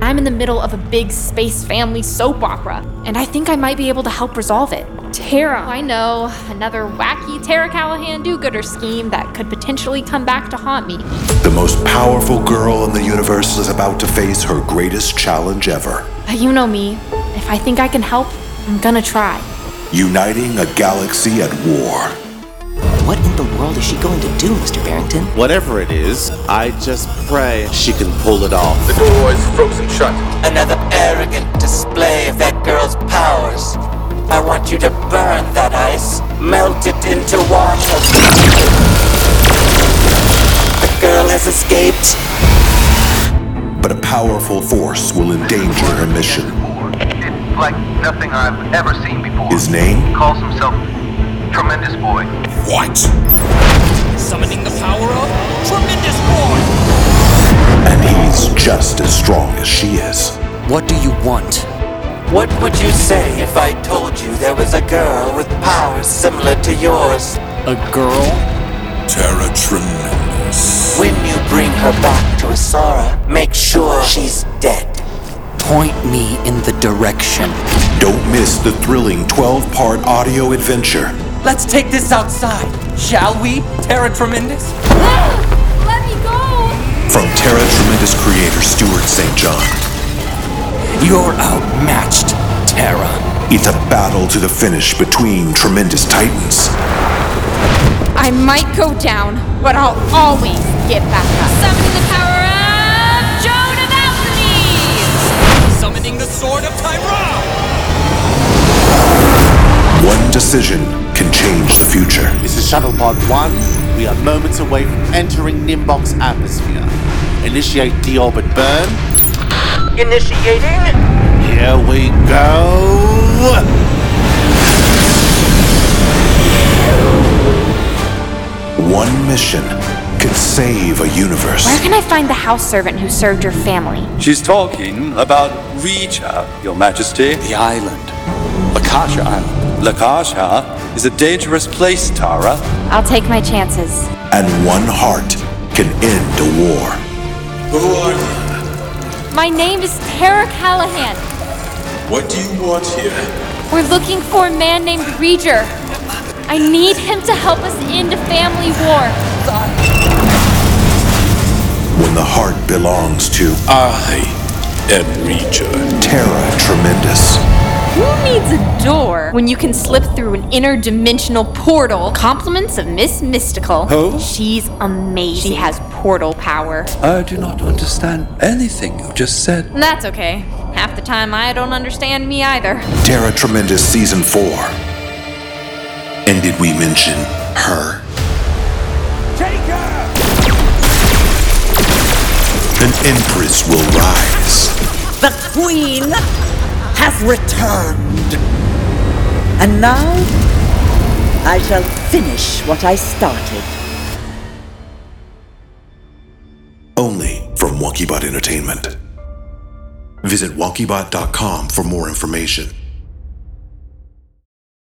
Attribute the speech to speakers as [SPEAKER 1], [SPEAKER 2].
[SPEAKER 1] I'm in the middle of a big space family soap opera, and I think I might be able to help resolve it. Tara, I know, another wacky Tara Callahan do gooder scheme that could potentially come back to haunt me.
[SPEAKER 2] The most powerful girl in the universe is about to face her greatest challenge ever
[SPEAKER 1] But you know me, if I think I can help, I'm gonna try.
[SPEAKER 2] uniting a galaxy at war.
[SPEAKER 3] What in the world is she going to do, Mr. Barrington?
[SPEAKER 4] Whatever it is, I just pray she can pull it off.
[SPEAKER 5] The door is frozen shut.
[SPEAKER 6] Another arrogant display of that girl's powers. I want you to burn that ice, melt it into water. The girl has escaped.
[SPEAKER 2] But a powerful force will endanger her mission.
[SPEAKER 5] It's like nothing I've ever seen before.
[SPEAKER 2] His name?
[SPEAKER 5] Calls himself Tremendous Boy.
[SPEAKER 2] What?
[SPEAKER 7] Summoning the power of Tremendous Boy!
[SPEAKER 2] And he's just as strong as she is.
[SPEAKER 3] What do you want?
[SPEAKER 6] What would you say if I told you there was a girl with powers similar to yours?
[SPEAKER 3] A girl?
[SPEAKER 2] Terra Tremendous.
[SPEAKER 6] When you bring her back to Asara, make sure she's dead.
[SPEAKER 3] Point me in the direction.
[SPEAKER 2] Don't miss the thrilling 12 part audio adventure
[SPEAKER 7] Let's take this outside, shall we, Terra Tremendous?
[SPEAKER 1] Let me go!
[SPEAKER 2] from Terra Tremendous creator Stuart St. John.
[SPEAKER 3] You're outmatched, Terra.
[SPEAKER 2] It's a battle to the finish between tremendous titans.
[SPEAKER 1] I might go down, but I'll always get back up. Summoning the power of Joan of Alchemy!
[SPEAKER 7] Summoning the Sword of Tyrell!
[SPEAKER 2] One decision can change the future.
[SPEAKER 4] This is Shuttle Pod 1. We are moments away from entering Nimbok's atmosphere. Initiate deorbit burn.
[SPEAKER 6] Initiating
[SPEAKER 4] Here we go.
[SPEAKER 2] One mission can save a universe.
[SPEAKER 1] Where can I find the house servant who served your family?
[SPEAKER 8] She's talking about Rija, Your Majesty.
[SPEAKER 7] The island.
[SPEAKER 8] Lakasha Island. Lakasha is a dangerous place, Tara.
[SPEAKER 1] I'll take my chances.
[SPEAKER 2] And one heart can end a war.
[SPEAKER 8] Who are you?
[SPEAKER 1] My name is Tara Callahan.
[SPEAKER 8] What do you want here?
[SPEAKER 1] We're looking for a man named Reger. I need him to help us end a family war.
[SPEAKER 2] When the heart belongs to
[SPEAKER 8] I am Rija.
[SPEAKER 2] Terra Tremendous.
[SPEAKER 1] Who needs a door when you can slip through an interdimensional portal? Compliments of Miss Mystical.
[SPEAKER 8] Who?
[SPEAKER 1] She's amazing. She has portal power.
[SPEAKER 8] I do not understand anything you just said.
[SPEAKER 1] That's okay. Half the time I don't understand me either.
[SPEAKER 2] Terra Tremendous Season 4. And did we mention her? Take her! An empress will rise.
[SPEAKER 9] The Queen has returned. And now I shall finish what I started.
[SPEAKER 2] Only from WonkyBot Entertainment. Visit wonkybot.com for more information.